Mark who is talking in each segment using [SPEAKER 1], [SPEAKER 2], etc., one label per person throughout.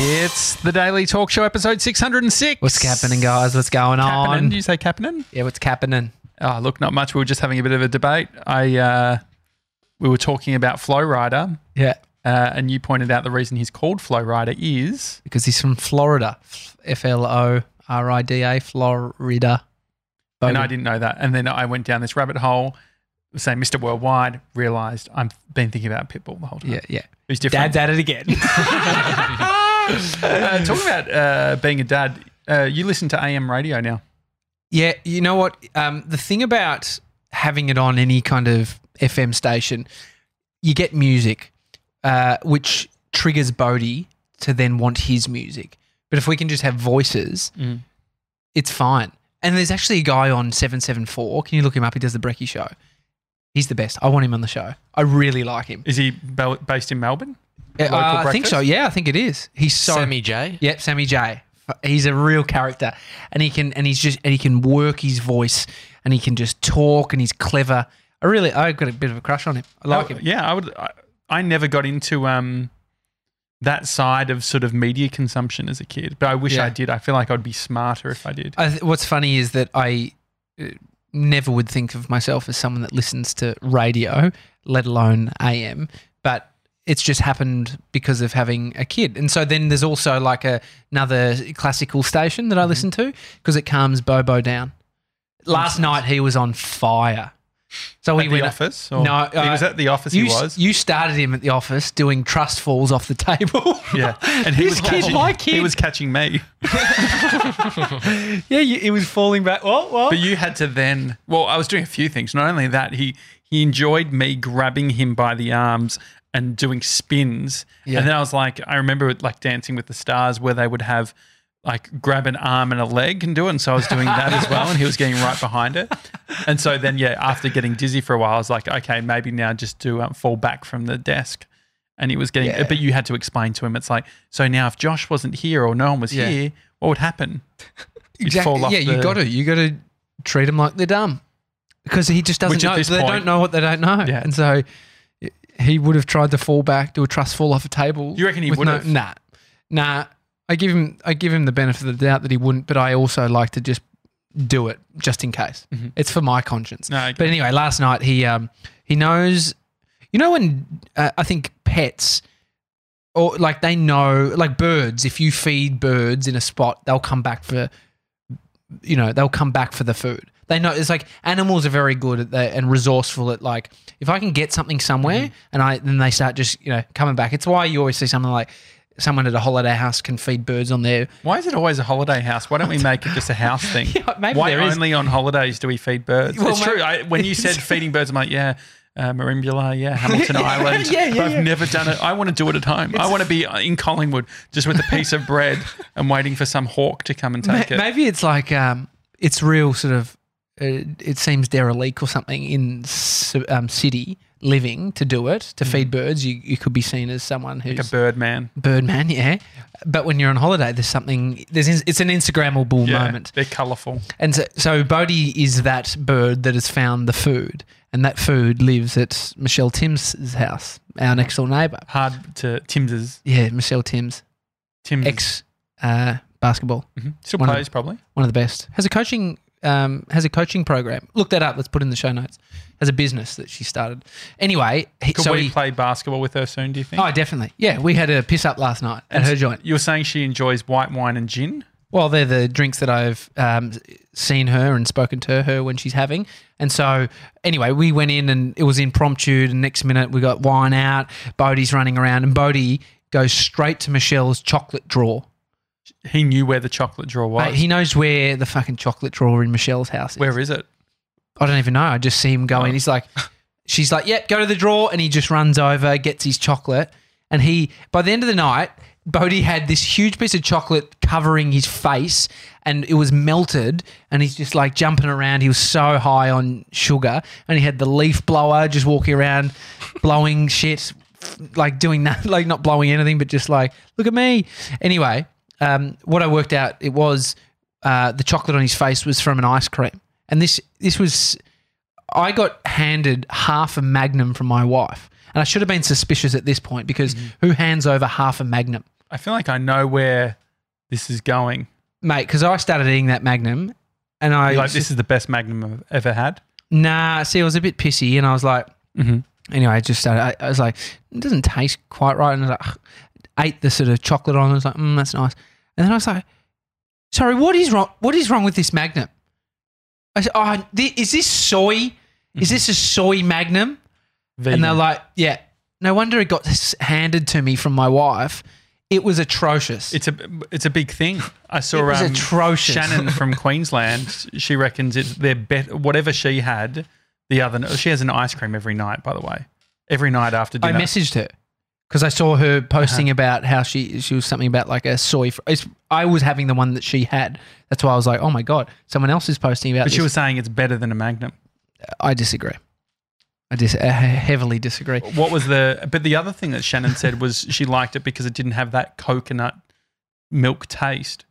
[SPEAKER 1] The Daily Talk Show, episode 606.
[SPEAKER 2] What's happening, guys? What's going
[SPEAKER 1] Kapanen?
[SPEAKER 2] on?
[SPEAKER 1] Do you say Kapanen?
[SPEAKER 2] Yeah, what's happening?
[SPEAKER 1] Oh, look, not much. We were just having a bit of a debate. I uh, We were talking about Flow Rider,
[SPEAKER 2] Yeah,
[SPEAKER 1] uh, and you pointed out the reason he's called Flow Rider is
[SPEAKER 2] because he's from Florida. F L O R I D A, Florida.
[SPEAKER 1] And
[SPEAKER 2] Bogan.
[SPEAKER 1] I didn't know that. And then I went down this rabbit hole saying Mr. Worldwide, realized I've been thinking about Pitbull the whole time.
[SPEAKER 2] Yeah, yeah.
[SPEAKER 1] Who's different.
[SPEAKER 2] Dad's at it again.
[SPEAKER 1] uh, talking about uh, being a dad, uh, you listen to AM radio now.
[SPEAKER 2] Yeah, you know what? Um, the thing about having it on any kind of FM station, you get music, uh, which triggers Bodhi to then want his music. But if we can just have voices,
[SPEAKER 1] Mm.
[SPEAKER 2] it's fine. And there's actually a guy on 774. Can you look him up? He does the Brecky show. He's the best. I want him on the show. I really like him.
[SPEAKER 1] Is he bel- based in Melbourne?
[SPEAKER 2] Uh,
[SPEAKER 1] Local
[SPEAKER 2] I think
[SPEAKER 1] breakfast?
[SPEAKER 2] so. Yeah, I think it is. He's so
[SPEAKER 3] Sammy J.
[SPEAKER 2] Yep, Sammy J. He's a real character, and he can and he's just and he can work his voice, and he can just talk, and he's clever. I really, I've got a bit of a crush on him. I like
[SPEAKER 1] Oh,
[SPEAKER 2] him.
[SPEAKER 1] Yeah, I would. I, I never got into um, that side of sort of media consumption as a kid, but I wish
[SPEAKER 2] Yeah.
[SPEAKER 1] I did. I feel like I'd be smarter if I did.
[SPEAKER 2] I th- what's funny is that I uh, never would think of myself as someone that listens to radio, let alone AM. But it's just happened because of having a kid, and so then there's also like a, another classical station
[SPEAKER 1] Mm-hmm.
[SPEAKER 2] that I listen to because it calms Bobo down. Last night he was on fire, so
[SPEAKER 1] At
[SPEAKER 2] we
[SPEAKER 1] the
[SPEAKER 2] went
[SPEAKER 1] office? Or,
[SPEAKER 2] No, uh,
[SPEAKER 1] he was at the office.
[SPEAKER 2] You,
[SPEAKER 1] he was.
[SPEAKER 2] you started him at the office doing trust falls off the table.
[SPEAKER 1] yeah, and he was
[SPEAKER 2] This kid,
[SPEAKER 1] catching.
[SPEAKER 2] my kid.
[SPEAKER 1] He was catching me,
[SPEAKER 2] yeah, you, he was falling back. Well, well.
[SPEAKER 1] but you had to then. Well, I was doing a few things. Not only that, he he enjoyed me grabbing him by the arms and doing spins.
[SPEAKER 2] Yeah.
[SPEAKER 1] And then I was like, I remember it like Dancing with the Stars, where they would have. Like grab an arm and a leg and do it, and so I was doing that as well, and he was getting right behind it, and so then yeah, after getting dizzy for a while, I was like, okay, maybe now just do um, fall back from the desk, and he was getting,
[SPEAKER 2] Yeah.
[SPEAKER 1] but you had to explain to him, it's like, so now if Josh wasn't here or no one was
[SPEAKER 2] Yeah.
[SPEAKER 1] here, what would happen? You'd
[SPEAKER 2] exactly.
[SPEAKER 1] fall off
[SPEAKER 2] Yeah, you
[SPEAKER 1] the-
[SPEAKER 2] got to, you got to treat him like they're dumb because he just doesn't
[SPEAKER 1] Which at
[SPEAKER 2] know.
[SPEAKER 1] this
[SPEAKER 2] they
[SPEAKER 1] point-
[SPEAKER 2] don't know what they don't know,
[SPEAKER 1] Yeah.
[SPEAKER 2] and so he would have tried to fall back, do a trust fall off a table.
[SPEAKER 1] You reckon he
[SPEAKER 2] with
[SPEAKER 1] would
[SPEAKER 2] no-
[SPEAKER 1] have?
[SPEAKER 2] Nah, nah. I give him, I give him the benefit of the doubt that he wouldn't, but I also like to just do it just in case.
[SPEAKER 1] Mm-hmm.
[SPEAKER 2] It's for my conscience.
[SPEAKER 1] No, I get
[SPEAKER 2] but anyway, last night he um he knows, you know when uh, I think pets or like they know like birds. If you feed birds in a spot, they'll come back for, you know, they'll come back for the food. They know it's like animals are very good at that and resourceful at like if I can get something somewhere and I then they start just you know coming back. It's why you always see someone like someone at a holiday house can feed birds on their
[SPEAKER 1] Why is it always a holiday house? Why don't we make it just a house thing?
[SPEAKER 2] Yeah, maybe
[SPEAKER 1] Why
[SPEAKER 2] there is.
[SPEAKER 1] only on holidays do we feed birds?
[SPEAKER 2] Well,
[SPEAKER 1] it's true.
[SPEAKER 2] maybe-
[SPEAKER 1] I, when you said feeding birds, I'm like, yeah, uh, Marimbula, yeah, Hamilton Island.
[SPEAKER 2] Yeah, yeah,
[SPEAKER 1] but I've
[SPEAKER 2] yeah.
[SPEAKER 1] never done it. I want to do it at home. I want to be in Collingwood just with a piece of bread and waiting for some hawk to come and
[SPEAKER 2] Ma-
[SPEAKER 1] take it.
[SPEAKER 2] Maybe it's like um, it's real sort of. Uh, it seems derelict or something in s- um, city living to do it to feed birds. You you could be seen as someone who's
[SPEAKER 1] Mm. Like a bird man.
[SPEAKER 2] birdman, yeah. But when you're on holiday, there's something. There's in- it's an Instagrammable
[SPEAKER 1] Yeah,
[SPEAKER 2] moment,
[SPEAKER 1] they're colourful.
[SPEAKER 2] and so, so Bodhi is that bird that has found the food, and that food lives at Michelle Timms' house, our next door neighbour.
[SPEAKER 1] Hard to Tims's.
[SPEAKER 2] Yeah, Michelle Timms,
[SPEAKER 1] Tim's
[SPEAKER 2] ex uh, basketball.
[SPEAKER 1] Mhm. still
[SPEAKER 2] one of-
[SPEAKER 1] plays probably.
[SPEAKER 2] one of the best. Has a coaching um, has a coaching program. Look that up. Let's put it in the show notes. Has a business that she started. Anyway, he,
[SPEAKER 1] Could
[SPEAKER 2] so
[SPEAKER 1] we
[SPEAKER 2] he,
[SPEAKER 1] play basketball with her soon? Do you think?
[SPEAKER 2] oh definitely yeah. We had a piss up last night at her joint.
[SPEAKER 1] You're saying she enjoys white wine and gin.
[SPEAKER 2] Well, they're the drinks that I've um, seen her and spoken to her when she's having. And so, anyway, we went in and it was impromptu. And next minute, we got wine out. Bodie's running around, and Bodie goes straight to Michelle's chocolate drawer.
[SPEAKER 1] He knew where the chocolate drawer was.
[SPEAKER 2] Mate, he knows where the fucking chocolate drawer in Michelle's house is.
[SPEAKER 1] where is it?
[SPEAKER 2] I don't even know. I just see him going. He's like, she's like, yep, go to the drawer. And he just runs over, gets his chocolate. And he, by the end of the night, Bodhi had this huge piece of chocolate covering his face and it was melted. And he's just like jumping around. He was so high on sugar. And he had the leaf blower just walking around, blowing shit, like doing that, like not blowing anything, but just like, look at me. Anyway, um, what I worked out, it was uh, the chocolate on his face was from an ice cream. And this this was I got handed half a magnum from my wife. And I
[SPEAKER 1] Mm-hmm.
[SPEAKER 2] should have been suspicious at this point because who hands over half a magnum?
[SPEAKER 1] I feel like I know where this is going.
[SPEAKER 2] mate, because I started eating that Magnum, and I
[SPEAKER 1] You're like, this is the best Magnum I've ever had.
[SPEAKER 2] nah. See, I was a bit pissy, and I was like,
[SPEAKER 1] Mhm.
[SPEAKER 2] anyway, I just started. I, I was like, it doesn't taste quite right, and I was like, ugh. ate the sort of chocolate on. I was like, mm, that's nice, and then I was like, sorry, what is wrong? What is wrong with this Magnum? I said, oh, thi- is this soy? Is this a soy Magnum?
[SPEAKER 1] Vegan.
[SPEAKER 2] And they're like, yeah. No wonder it got s- handed to me from my wife. It was atrocious.
[SPEAKER 1] it's a it's a big thing. I saw
[SPEAKER 2] It was
[SPEAKER 1] um,
[SPEAKER 2] atrocious.
[SPEAKER 1] Shannon from Queensland. She reckons it's their bet whatever she had the other. n- She has an ice cream every night, by the way. Every night after
[SPEAKER 2] I
[SPEAKER 1] dinner.
[SPEAKER 2] messaged her because I saw her
[SPEAKER 1] Uh-huh.
[SPEAKER 2] posting about how she she was something about like a soy. Fr- it's, I was having the one that she had. That's why I was like, oh my god, someone else is posting about.
[SPEAKER 1] but she
[SPEAKER 2] this.
[SPEAKER 1] was saying it's better than a Magnum.
[SPEAKER 2] I disagree. I dis- I heavily disagree.
[SPEAKER 1] What was the? But the other thing that Shannon said was she liked it because it didn't have that coconut milk taste.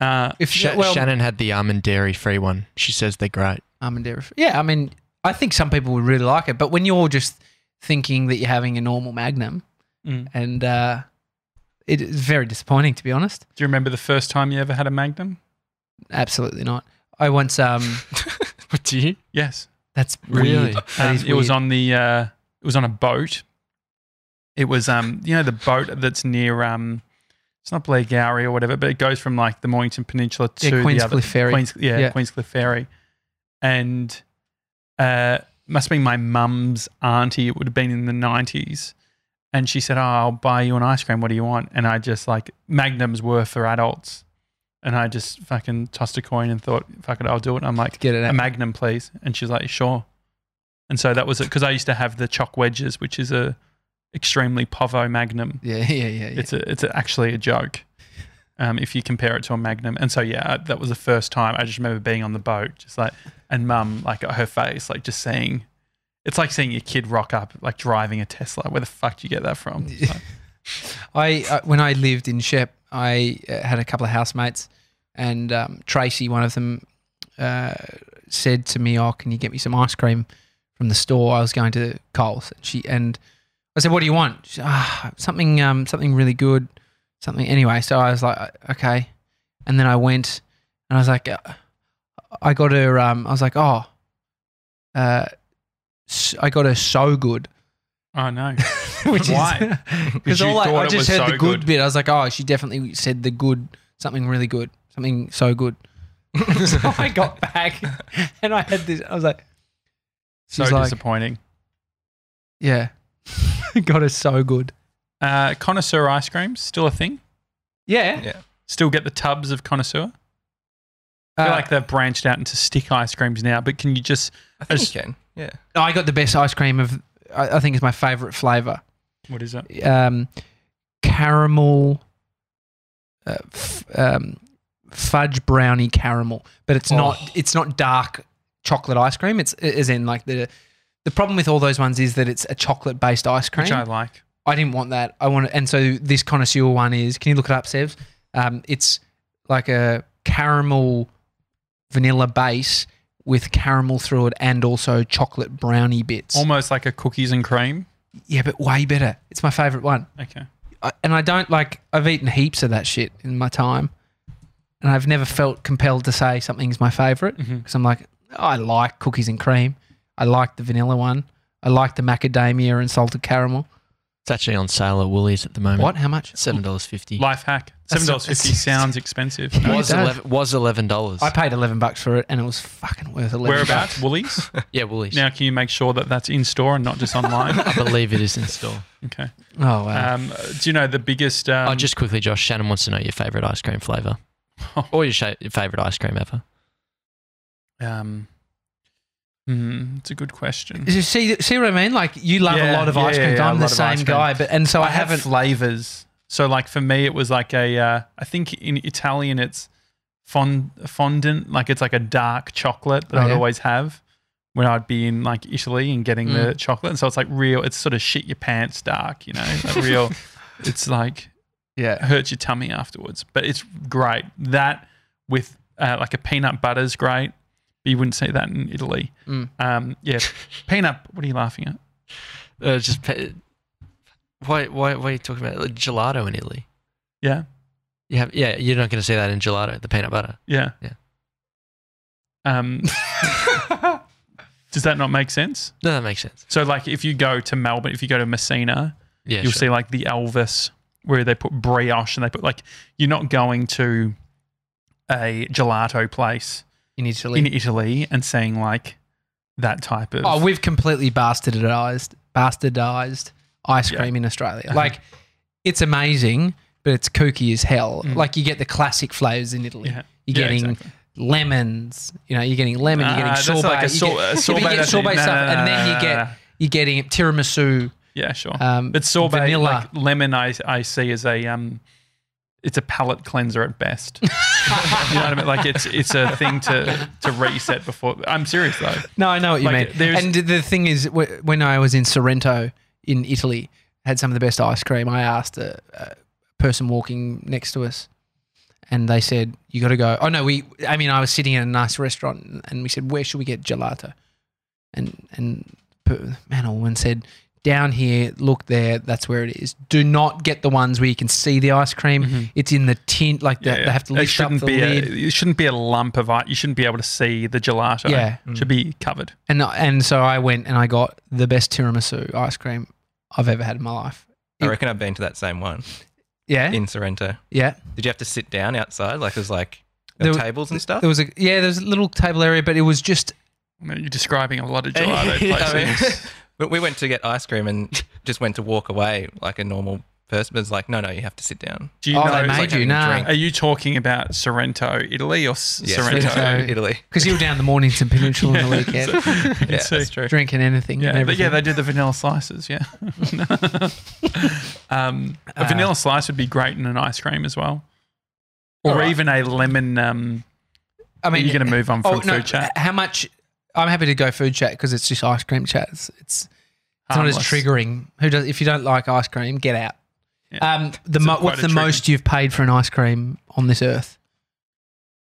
[SPEAKER 1] Uh,
[SPEAKER 2] If
[SPEAKER 3] Sha-
[SPEAKER 2] well,
[SPEAKER 3] Shannon had the almond dairy free one. She says they're great.
[SPEAKER 2] almond dairy. free- um, Yeah, I mean, I think some people would really like it, but when you're just thinking that you're having a normal Magnum,
[SPEAKER 1] Mm.
[SPEAKER 2] and uh, it is very disappointing to be honest.
[SPEAKER 1] do you remember the first time you ever had a Magnum?
[SPEAKER 2] Absolutely not. I once um,
[SPEAKER 3] What do you?
[SPEAKER 1] Yes.
[SPEAKER 2] that's
[SPEAKER 3] Really?
[SPEAKER 2] really
[SPEAKER 1] Um, it was on the uh, it was on a boat. It was um you know the boat that's near um it's not Blair Gowrie or whatever, but it goes from like the Mornington Peninsula to
[SPEAKER 2] Yeah,
[SPEAKER 1] the other
[SPEAKER 2] Queenscliff Ferry.
[SPEAKER 1] Queens, yeah,
[SPEAKER 2] Yeah.
[SPEAKER 1] Queenscliff Ferry, and uh must be my mum's auntie. It would have been in the nineties. And she said, "Oh, I'll buy you an ice cream. What do you want?" And I just like magnums were for adults, and I just fucking tossed a coin and thought, "Fuck it, I'll do it." And I'm like,
[SPEAKER 2] Get it
[SPEAKER 1] a
[SPEAKER 2] out.
[SPEAKER 1] magnum, please. And she's like, sure. And so that was it because I used to have the choc wedges, which is a extremely povo magnum.
[SPEAKER 2] Yeah, yeah, yeah, yeah.
[SPEAKER 1] It's a, it's a, actually a joke um, if you compare it to a magnum. And so yeah, I- that was the first time I just remember being on the boat, just like, and mum like her face, like just seeing. It's like seeing your kid rock up, like driving a Tesla. Where the fuck do you get that from? It's like-
[SPEAKER 2] I uh, when I lived in Shep, I uh, had a couple of housemates, and um, Tracy, one of them, uh, said to me, "Oh, can you get me some ice cream from the store?" I was going to Coles, and she and I said, "What do you want?" She, ah, something, um, something really good, something. Anyway, so I was like, "Uh, "Okay," and then I went, and I was like, uh, "I got her." Um, I was like, "Oh." Uh, s- I got her so good,
[SPEAKER 1] oh no,
[SPEAKER 2] which
[SPEAKER 1] Why?
[SPEAKER 2] is because
[SPEAKER 1] you
[SPEAKER 2] all I,
[SPEAKER 1] thought
[SPEAKER 2] I
[SPEAKER 1] it
[SPEAKER 2] just
[SPEAKER 1] was
[SPEAKER 2] heard
[SPEAKER 1] so
[SPEAKER 2] the good,
[SPEAKER 1] good.
[SPEAKER 2] bit. I was like, oh, she definitely said the good, something really good, something so good. so I got back and I had this. I was like,
[SPEAKER 1] so
[SPEAKER 2] she's like,
[SPEAKER 1] disappointing.
[SPEAKER 2] yeah, got her so good.
[SPEAKER 1] Uh, connoisseur ice creams still a thing.
[SPEAKER 2] Yeah,
[SPEAKER 1] Still get the tubs of connoisseur. I feel
[SPEAKER 2] Uh,
[SPEAKER 1] like they've branched out into stick ice creams now, but can you just
[SPEAKER 4] I think
[SPEAKER 1] As-
[SPEAKER 4] you can. Yeah.
[SPEAKER 2] I got the best ice cream of. I, I think is my favorite flavor,
[SPEAKER 1] what is it?
[SPEAKER 2] um, caramel, uh, f- um, fudge brownie caramel, but it's
[SPEAKER 3] Oh.
[SPEAKER 2] not. It's not dark chocolate ice cream. It's as in like the. The problem with all those ones is that it's a chocolate based ice cream.
[SPEAKER 1] Which I like.
[SPEAKER 2] I didn't want that. I want, and so this connoisseur one is. Can you look it up, Sev? Um, it's like a caramel vanilla base with caramel through it, and also chocolate brownie bits.
[SPEAKER 1] Almost like a cookies and cream.
[SPEAKER 2] yeah, but way better. It's my favorite one,
[SPEAKER 1] Okay.
[SPEAKER 2] I, and I don't like. I've eaten heaps of that shit in my time, and I've never felt compelled to say something's my favorite because
[SPEAKER 1] Mhm.
[SPEAKER 2] I'm like, I like cookies and cream. I like the vanilla one. I like the macadamia and salted caramel.
[SPEAKER 3] It's actually on sale at Woolies at the moment.
[SPEAKER 2] What? How much?
[SPEAKER 3] Seven dollars fifty.
[SPEAKER 1] Life hack. Seven
[SPEAKER 2] That's not-
[SPEAKER 1] dollars fifty sounds expensive.
[SPEAKER 2] No,
[SPEAKER 3] was
[SPEAKER 2] it does.
[SPEAKER 3] eleven was eleven dollars.
[SPEAKER 2] I paid eleven bucks for it, and it was fucking worth eleven.
[SPEAKER 1] Whereabouts? Woolies.
[SPEAKER 3] Yeah, Woolies.
[SPEAKER 1] Now, can you make sure that that's in store and not just online?
[SPEAKER 3] I believe it is in store.
[SPEAKER 1] Okay.
[SPEAKER 2] Oh wow!
[SPEAKER 1] Um, uh, do you know the biggest? Um,
[SPEAKER 3] oh, just quickly, Josh. Shannon wants to know your favorite ice cream flavor, or your, sha- your favorite ice cream ever.
[SPEAKER 1] Um, hmm, it's a good question.
[SPEAKER 2] You see, see what I mean? Like you love
[SPEAKER 1] Yeah,
[SPEAKER 2] a lot of
[SPEAKER 1] yeah,
[SPEAKER 2] ice
[SPEAKER 1] yeah,
[SPEAKER 2] creams.
[SPEAKER 1] yeah, a
[SPEAKER 2] I'm the
[SPEAKER 1] lot of ice
[SPEAKER 2] same
[SPEAKER 1] cream.
[SPEAKER 2] guy, but and so I, haven't.
[SPEAKER 1] flavors. So, like for me, it was like a. Uh, I think in Italian, it's fond fondant. Like it's like a dark chocolate that
[SPEAKER 2] Oh,
[SPEAKER 1] I'd
[SPEAKER 2] yeah.
[SPEAKER 1] always have when I'd be in like Italy and getting
[SPEAKER 2] Mm.
[SPEAKER 1] the chocolate. And so it's like real. It's sort of shit your pants dark. You know, like real. it's like
[SPEAKER 2] yeah,
[SPEAKER 1] hurts your tummy afterwards, but it's great. That with uh, like a peanut butter is great. But you wouldn't see that in Italy.
[SPEAKER 2] Mm.
[SPEAKER 1] Um, yeah, peanut. What are you laughing at?
[SPEAKER 3] Uh, just pa- why? Why? Why are you talking about like, gelato in Italy?
[SPEAKER 1] Yeah.
[SPEAKER 3] You have, yeah, you're not going to see that in gelato, the peanut butter.
[SPEAKER 1] Yeah.
[SPEAKER 3] Yeah.
[SPEAKER 1] Um, does that not make sense?
[SPEAKER 3] No, that makes sense.
[SPEAKER 1] So, like, if you go to Melbourne, if you go to Messina,
[SPEAKER 3] Yeah,
[SPEAKER 1] you'll
[SPEAKER 3] sure.
[SPEAKER 1] see like the Elvis where they put brioche and they put like you're not going to a gelato place
[SPEAKER 2] in Italy.
[SPEAKER 1] in Italy and seeing like that type of.
[SPEAKER 2] Oh, we've completely bastardized bastardized ice
[SPEAKER 1] Yeah.
[SPEAKER 2] cream in Australia.
[SPEAKER 1] Uh-huh.
[SPEAKER 2] Like it's amazing, but it's kooky as hell.
[SPEAKER 1] Mm.
[SPEAKER 2] Like you get the classic flavors in Italy.
[SPEAKER 1] Yeah.
[SPEAKER 2] You're
[SPEAKER 1] Yeah,
[SPEAKER 2] getting
[SPEAKER 1] exactly.
[SPEAKER 2] lemons. You know, you're getting lemon.
[SPEAKER 1] Ah,
[SPEAKER 2] you're getting
[SPEAKER 1] that's
[SPEAKER 2] sorbet.
[SPEAKER 1] like a sor-
[SPEAKER 2] you
[SPEAKER 1] a
[SPEAKER 2] get,
[SPEAKER 1] sorbet,
[SPEAKER 2] but you get
[SPEAKER 1] that's-
[SPEAKER 2] sorbet
[SPEAKER 1] no,
[SPEAKER 2] stuff,
[SPEAKER 1] no, no,
[SPEAKER 2] and
[SPEAKER 1] no,
[SPEAKER 2] then you
[SPEAKER 1] no,
[SPEAKER 2] get
[SPEAKER 1] no.
[SPEAKER 2] you're getting tiramisu.
[SPEAKER 1] yeah, sure.
[SPEAKER 2] Um,
[SPEAKER 1] It's sorbet,
[SPEAKER 2] vanilla.
[SPEAKER 1] like lemon. I I see as a um, it's a palate cleanser at best. you know what I mean? Like it's it's a thing to to reset before. I'm serious though.
[SPEAKER 2] No, I know what you
[SPEAKER 1] Like,
[SPEAKER 2] mean.
[SPEAKER 1] there's-
[SPEAKER 2] And the thing is, wh- when I was in Sorrento in Italy, had some of the best ice cream. I asked a, a person walking next to us, and they said, "You got to go." Oh no, we. I mean, I was sitting in a nice restaurant, and- and we said, "Where should we get gelato?" And and per- man, a woman said, "Down here, look there. That's where it is. Do not get the ones where you can see the ice cream. It's in the tint. Like
[SPEAKER 1] Yeah,
[SPEAKER 2] that.
[SPEAKER 1] Mm-hmm. yeah.
[SPEAKER 2] they have to
[SPEAKER 1] It
[SPEAKER 2] lift up
[SPEAKER 1] shouldn't
[SPEAKER 2] the
[SPEAKER 1] be
[SPEAKER 2] lid."
[SPEAKER 1] A, it shouldn't be a lump of ice. You shouldn't be able to see the gelato.
[SPEAKER 2] Yeah.
[SPEAKER 1] It should be covered.
[SPEAKER 2] And and so I went and I got the best tiramisu ice cream I've ever had in my life.
[SPEAKER 4] I reckon I've been to that same one
[SPEAKER 2] Yeah,
[SPEAKER 4] in Sorrento.
[SPEAKER 2] yeah.
[SPEAKER 4] Did you have to sit down outside? Like, there's like there
[SPEAKER 2] There
[SPEAKER 4] were
[SPEAKER 2] w-
[SPEAKER 4] tables and stuff.
[SPEAKER 2] There was a yeah, there was a little table area, but it was just
[SPEAKER 1] I mean, you're describing a lot of gelato
[SPEAKER 4] Yeah, I mean-
[SPEAKER 1] places.
[SPEAKER 4] but we went to get ice cream and just went to walk away like a normal person. But it's like, no, no, you have to sit down.
[SPEAKER 1] Do you
[SPEAKER 2] oh,
[SPEAKER 1] know?
[SPEAKER 2] they made
[SPEAKER 4] like
[SPEAKER 2] you
[SPEAKER 4] having a
[SPEAKER 2] nah
[SPEAKER 4] drink.
[SPEAKER 1] are you talking about Sorrento, Italy, or S-
[SPEAKER 4] Yes,
[SPEAKER 1] Sorrento?
[SPEAKER 2] Sorrento.
[SPEAKER 4] Italy.
[SPEAKER 2] because you were down the Mornington Peninsula on the weekend
[SPEAKER 4] Yeah,
[SPEAKER 1] It's a-
[SPEAKER 4] that's true.
[SPEAKER 2] drinking anything. and
[SPEAKER 1] Yeah, but yeah,
[SPEAKER 2] everything.
[SPEAKER 1] they did the vanilla slices. Yeah, um, a
[SPEAKER 2] Uh,
[SPEAKER 1] vanilla slice would be great in an ice cream as well,
[SPEAKER 2] All
[SPEAKER 1] or
[SPEAKER 2] right.
[SPEAKER 1] even a lemon. Um,
[SPEAKER 2] I mean,
[SPEAKER 1] you're going to move on from
[SPEAKER 2] oh, no,
[SPEAKER 1] food chat.
[SPEAKER 2] How much? I'm happy to go food chat because it's just ice cream chat. It's it's, it's not as
[SPEAKER 1] Harmless.
[SPEAKER 2] triggering. Who does? If you don't like ice cream, get out.
[SPEAKER 1] Yeah.
[SPEAKER 2] Um, the
[SPEAKER 1] It's
[SPEAKER 2] mo-
[SPEAKER 1] quite
[SPEAKER 2] what's
[SPEAKER 1] a
[SPEAKER 2] the
[SPEAKER 1] treat.
[SPEAKER 2] most you've paid for an ice cream on this earth?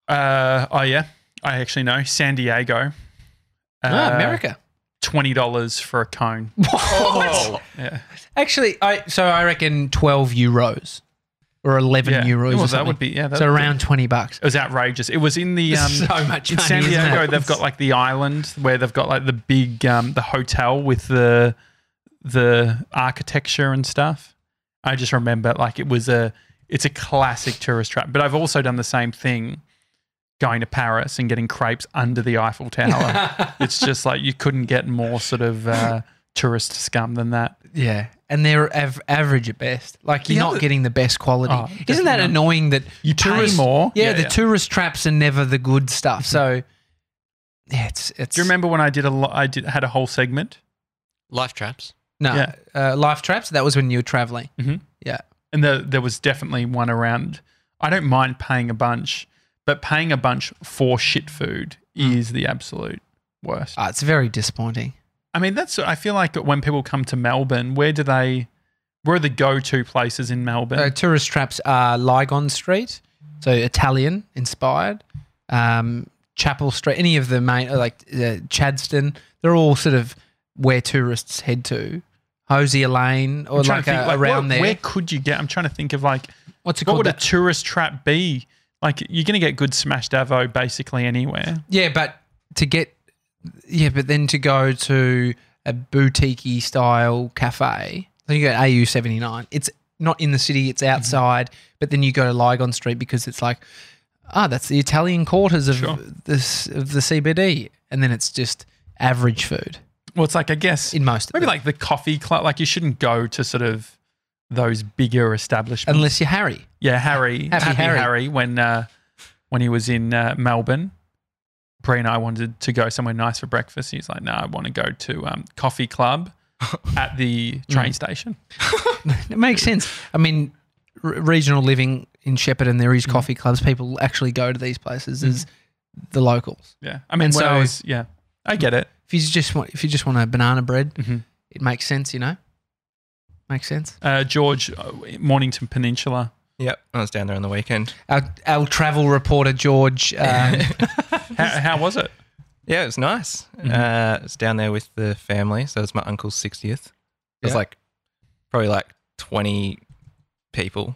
[SPEAKER 1] Uh, oh yeah, I actually know San Diego.
[SPEAKER 2] ah,
[SPEAKER 1] Uh,
[SPEAKER 2] America.
[SPEAKER 1] Twenty dollars for a cone. Oh.
[SPEAKER 2] What?
[SPEAKER 1] Yeah,
[SPEAKER 2] Actually, I so I reckon twelve euros or eleven
[SPEAKER 1] yeah. Well,
[SPEAKER 2] euros. or
[SPEAKER 1] that
[SPEAKER 2] something.
[SPEAKER 1] would be yeah. That
[SPEAKER 2] so
[SPEAKER 1] would be-
[SPEAKER 2] around twenty bucks.
[SPEAKER 1] It was outrageous. It was in the um,
[SPEAKER 2] so much
[SPEAKER 1] in
[SPEAKER 2] money,
[SPEAKER 1] San
[SPEAKER 2] isn't it?
[SPEAKER 1] Diego. They've got like the island where they've got like the big um, the hotel with the the architecture and stuff. I just remember like it was a it's a classic tourist trap. But I've also done the same thing going to Paris and getting crepes under the Eiffel Tower. it's just like you couldn't get more sort of uh, tourist scum than that.
[SPEAKER 2] yeah, and they're av- average at best. Like you're
[SPEAKER 1] The
[SPEAKER 2] not
[SPEAKER 1] other-
[SPEAKER 2] getting the best quality.
[SPEAKER 1] Oh,
[SPEAKER 2] Isn't
[SPEAKER 1] definitely
[SPEAKER 2] that
[SPEAKER 1] not.
[SPEAKER 2] annoying that
[SPEAKER 1] You pay more.
[SPEAKER 2] Yeah,
[SPEAKER 1] Yeah,
[SPEAKER 2] the
[SPEAKER 1] yeah. Mm-hmm.
[SPEAKER 2] tourist traps are never the good stuff. So yeah, it's it's.
[SPEAKER 1] Do you remember when I did a lo- I did had a whole segment
[SPEAKER 3] Life traps.
[SPEAKER 2] No,
[SPEAKER 1] Yeah.
[SPEAKER 2] uh, life traps. That was when you were traveling.
[SPEAKER 1] Mhm.
[SPEAKER 2] Mm-hmm. Yeah,
[SPEAKER 1] and the, there was definitely one around. I don't mind paying a bunch, but paying a bunch for shit food
[SPEAKER 2] Hmm.
[SPEAKER 1] is the absolute worst.
[SPEAKER 2] Ah, it's very disappointing.
[SPEAKER 1] I mean, that's. I feel like when people come to Melbourne, where do they? Where are the go-to places in Melbourne?
[SPEAKER 2] So tourist traps are Lygon Street, so Italian inspired, um, Chapel Street, any of the main like uh, Chadston. They're all sort of where tourists head to. Hosier Lane or
[SPEAKER 1] I'm trying
[SPEAKER 2] like,
[SPEAKER 1] to think,
[SPEAKER 2] uh,
[SPEAKER 1] like,
[SPEAKER 2] around
[SPEAKER 1] what-
[SPEAKER 2] there.
[SPEAKER 1] Where could you get? I'm trying to think of like
[SPEAKER 2] What's it
[SPEAKER 1] what
[SPEAKER 2] called?
[SPEAKER 1] would a
[SPEAKER 2] That-
[SPEAKER 1] tourist trap be? Like you're gonna get good smash davo basically anywhere.
[SPEAKER 2] yeah, but to get yeah, but then to go to a boutique style cafe, then you go to AU seventy nine. It's not in the city;
[SPEAKER 1] Mm-hmm.
[SPEAKER 2] it's outside. But then you go to Lygon Street because it's like, ah, that's the Italian quarters of
[SPEAKER 1] Sure.
[SPEAKER 2] this of the CBD, and then it's just average food
[SPEAKER 1] Well, it's like I guess
[SPEAKER 2] in most. of
[SPEAKER 1] maybe
[SPEAKER 2] them.
[SPEAKER 1] like the coffee club. Like you shouldn't go to sort of those bigger establishments.
[SPEAKER 2] unless you're Harry.
[SPEAKER 1] Yeah, Harry,
[SPEAKER 2] Happy
[SPEAKER 1] Happy,
[SPEAKER 2] Harry.
[SPEAKER 1] Harry. when uh, when he was in uh, Melbourne, Bree and I wanted to go somewhere nice for breakfast. He's like, "No, I want to go to um, coffee club at the train station."
[SPEAKER 2] It makes sense. I mean, r- regional living in Shepparton, there
[SPEAKER 1] Mm.
[SPEAKER 2] is coffee clubs. People actually go to these places as the locals.
[SPEAKER 1] Yeah, I mean,
[SPEAKER 2] And
[SPEAKER 1] when I
[SPEAKER 2] so-
[SPEAKER 1] was, yeah, I get it.
[SPEAKER 2] If you just want, if you just want a banana bread,
[SPEAKER 1] Mhm.
[SPEAKER 2] it makes sense, you know. Makes sense.
[SPEAKER 1] Uh, George, uh, Mornington Peninsula.
[SPEAKER 4] Yep, I was down there on the weekend.
[SPEAKER 2] Our, our travel reporter George, um,
[SPEAKER 1] How, how was it?
[SPEAKER 4] Yeah, it was nice. Uh, it's down there with the family. So it's my uncle's 60th. It was
[SPEAKER 2] Yeah.
[SPEAKER 4] like probably like 20 people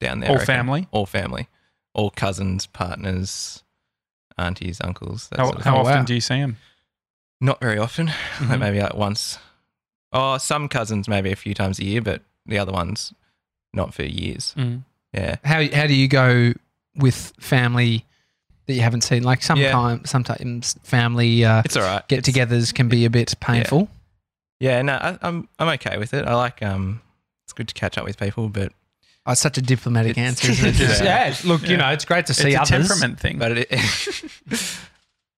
[SPEAKER 4] down there.
[SPEAKER 1] All
[SPEAKER 4] I reckon.
[SPEAKER 1] family?
[SPEAKER 4] All family. All cousins, partners, aunties, uncles. That
[SPEAKER 1] How,
[SPEAKER 4] sort of
[SPEAKER 1] how
[SPEAKER 2] Oh,
[SPEAKER 1] often
[SPEAKER 2] wow.
[SPEAKER 1] do you see him?
[SPEAKER 4] Not very often.
[SPEAKER 1] Mhm.
[SPEAKER 4] Like maybe like once. Oh, some cousins maybe a few times a year, but the other ones not for years.
[SPEAKER 1] Mm-hmm.
[SPEAKER 4] Yeah.
[SPEAKER 2] How how do you go with family that you haven't seen? Like
[SPEAKER 4] Yeah.
[SPEAKER 2] sometimes sometimes family uh,
[SPEAKER 4] It's all right. It's-
[SPEAKER 2] get-togethers can be a bit painful.
[SPEAKER 4] Yeah, no, I, I'm I'm okay with it. I like um, it's good to catch up with people, but
[SPEAKER 2] Oh, it's such a diplomatic
[SPEAKER 4] It's-
[SPEAKER 2] answer. Isn't it?
[SPEAKER 4] Yeah.
[SPEAKER 2] look,
[SPEAKER 1] Yeah.
[SPEAKER 2] know, it's great to
[SPEAKER 1] It's a temperament thing.
[SPEAKER 4] but it,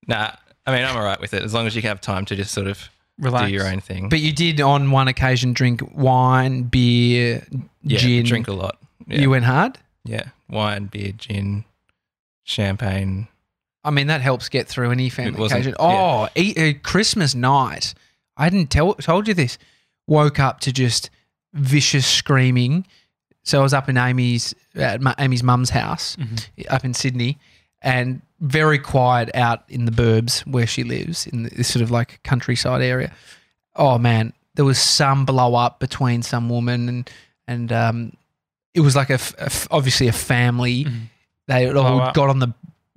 [SPEAKER 4] nah. I mean, I'm all right with it as long as you have time to just sort of
[SPEAKER 1] Relax.
[SPEAKER 4] do your own thing.
[SPEAKER 2] But you did on one occasion drink wine, beer,
[SPEAKER 4] yeah,
[SPEAKER 2] gin.
[SPEAKER 4] drink a lot. Yeah,
[SPEAKER 2] You went hard.
[SPEAKER 4] yeah, wine, beer, gin, champagne.
[SPEAKER 2] I mean, that helps get through any family
[SPEAKER 4] wasn't-
[SPEAKER 2] occasion.
[SPEAKER 4] yeah.
[SPEAKER 2] Oh, eat, uh, Christmas night. I hadn't tell, told you this. Woke up to just vicious screaming. So I was up in Amy's at my, Amy's mum's house
[SPEAKER 4] Mm-hmm.
[SPEAKER 2] up in Sydney, and very quiet out in the burbs where she lives in this sort of like countryside area. Oh man, there was some blow up between some woman and and um, it was like a, f- a f- obviously a family.
[SPEAKER 1] Mhm.
[SPEAKER 2] They
[SPEAKER 1] Blow
[SPEAKER 2] all
[SPEAKER 1] up.
[SPEAKER 2] got on the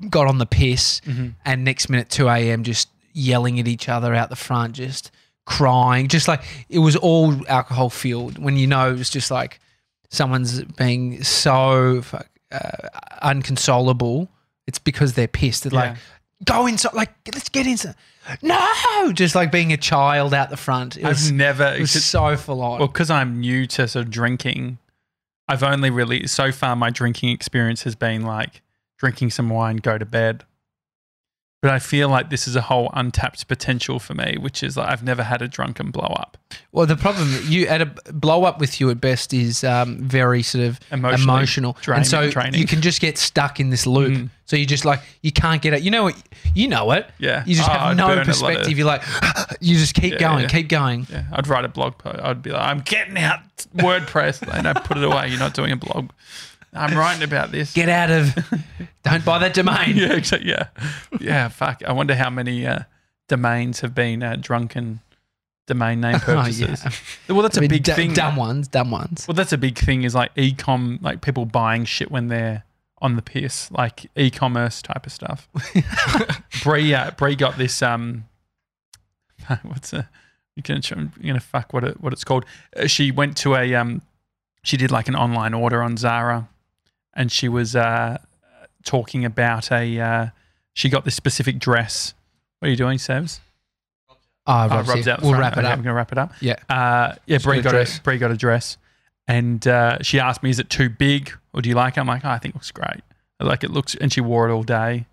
[SPEAKER 2] got on the piss,
[SPEAKER 1] Mhm.
[SPEAKER 2] and next minute two a.m. just yelling at each other out the front, just crying, just like it was all alcohol fueled. When you know it was just like someone's being so fuck, uh, unconsolable, it's because they're pissed. They're like,
[SPEAKER 1] Yeah.
[SPEAKER 2] go inside, like let's get inside. No, just like being a child out the front. It was,
[SPEAKER 1] I've never.
[SPEAKER 2] it was so full on.
[SPEAKER 1] Well, because I'm new to sort of drinking, I've only really so far my drinking experience has been like drinking some wine, go to bed. But I feel like this is a whole untapped potential for me, which is like I've never had a drunken blow up.
[SPEAKER 2] Well, the problem you at a blow up with you at best is um, very sort of
[SPEAKER 1] Emotionally
[SPEAKER 2] emotional,
[SPEAKER 1] draining-
[SPEAKER 2] and so
[SPEAKER 1] draining.
[SPEAKER 2] you can just get stuck in this loop.
[SPEAKER 1] Mm.
[SPEAKER 2] So you just like you can't get it. You know it. You know it.
[SPEAKER 1] Yeah.
[SPEAKER 2] You just
[SPEAKER 1] Oh,
[SPEAKER 2] have
[SPEAKER 1] I'd burn a
[SPEAKER 2] no
[SPEAKER 1] lot
[SPEAKER 2] perspective.
[SPEAKER 1] of-
[SPEAKER 2] You're like you just keep
[SPEAKER 1] Yeah,
[SPEAKER 2] going,
[SPEAKER 1] yeah.
[SPEAKER 2] keep going.
[SPEAKER 1] Yeah, I'd write a blog post. I'd be like, I'm getting out WordPress, and I put it away. You're not doing a blog. I'm writing about this.
[SPEAKER 2] Get out of. don't buy that domain.
[SPEAKER 1] yeah, exactly. Yeah, yeah. Fuck. I wonder how many uh, domains have been uh, drunken domain name
[SPEAKER 2] Oh,
[SPEAKER 1] purchases.
[SPEAKER 2] yeah.
[SPEAKER 1] Well, that's a
[SPEAKER 2] I mean,
[SPEAKER 1] big
[SPEAKER 2] d-
[SPEAKER 1] thing.
[SPEAKER 2] Dumb ones, dumb ones.
[SPEAKER 1] Well, that's a big thing is like e-com, like people buying shit when they're on the piss, like e-commerce type of stuff. Bree, uh, Bree got this. Um, what's a? You can, I'm gonna fuck what it, what it's called. Uh, she went to a um, she did like an online order on Zara, and she was uh, talking about a. Uh, she got this specific dress. What are you doing, Sebs?
[SPEAKER 2] Oh,
[SPEAKER 1] Oh,
[SPEAKER 2] Rob's
[SPEAKER 1] Rob's
[SPEAKER 2] here.
[SPEAKER 1] out the
[SPEAKER 2] We'll
[SPEAKER 1] front.
[SPEAKER 2] wrap it
[SPEAKER 1] Okay,
[SPEAKER 2] up.
[SPEAKER 1] I'm gonna wrap it up.
[SPEAKER 2] Yeah.
[SPEAKER 1] Uh, yeah, Bree
[SPEAKER 2] got a
[SPEAKER 1] got,
[SPEAKER 2] dress.
[SPEAKER 1] a Bree got a dress, and uh, she asked me, "Is it too big, or do you like?" it? I'm like, oh, "I think it looks great. I like it looks." And she wore it all day.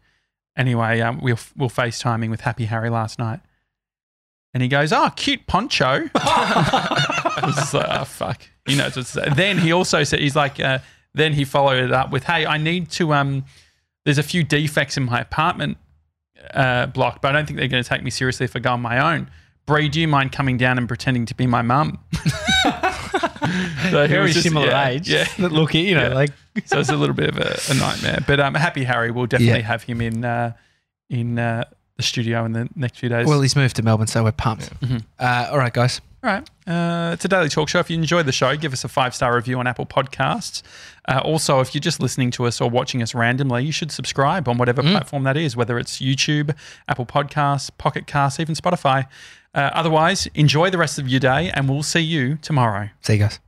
[SPEAKER 1] Anyway, um, we were, we were FaceTiming with Happy Harry last night, and he goes, "Oh, cute poncho." I was just like, "Oh fuck," you know. it's just- Then he also said, "He's like." Uh, then he followed it up with, "Hey, I need to." Um, there's a few defects in my apartment uh, block, but I don't think they're going to take me seriously if I go on my own. Bree, do you mind coming down and pretending to be my mum? so he was just- yeah, Yeah.
[SPEAKER 2] Look, you know,
[SPEAKER 1] Yeah.
[SPEAKER 2] like
[SPEAKER 1] So it's a little bit of a, a nightmare. But um, Happy Harry, we'll definitely have him in uh, in uh, the studio in the next few days.
[SPEAKER 2] well, he's moved to Melbourne, so we're pumped.
[SPEAKER 1] Mhm.
[SPEAKER 2] Uh, all right, guys.
[SPEAKER 1] All right. Uh, it's a daily talk show. If you enjoyed the show, give us a five star review on Apple Podcasts. Uh, also, if you're just listening to us or watching us randomly, you should subscribe on whatever platform that is, whether it's YouTube, Apple Podcasts, Pocket Casts, even Spotify. Uh, otherwise, enjoy the rest of your day, and we'll see you tomorrow.
[SPEAKER 2] See you guys.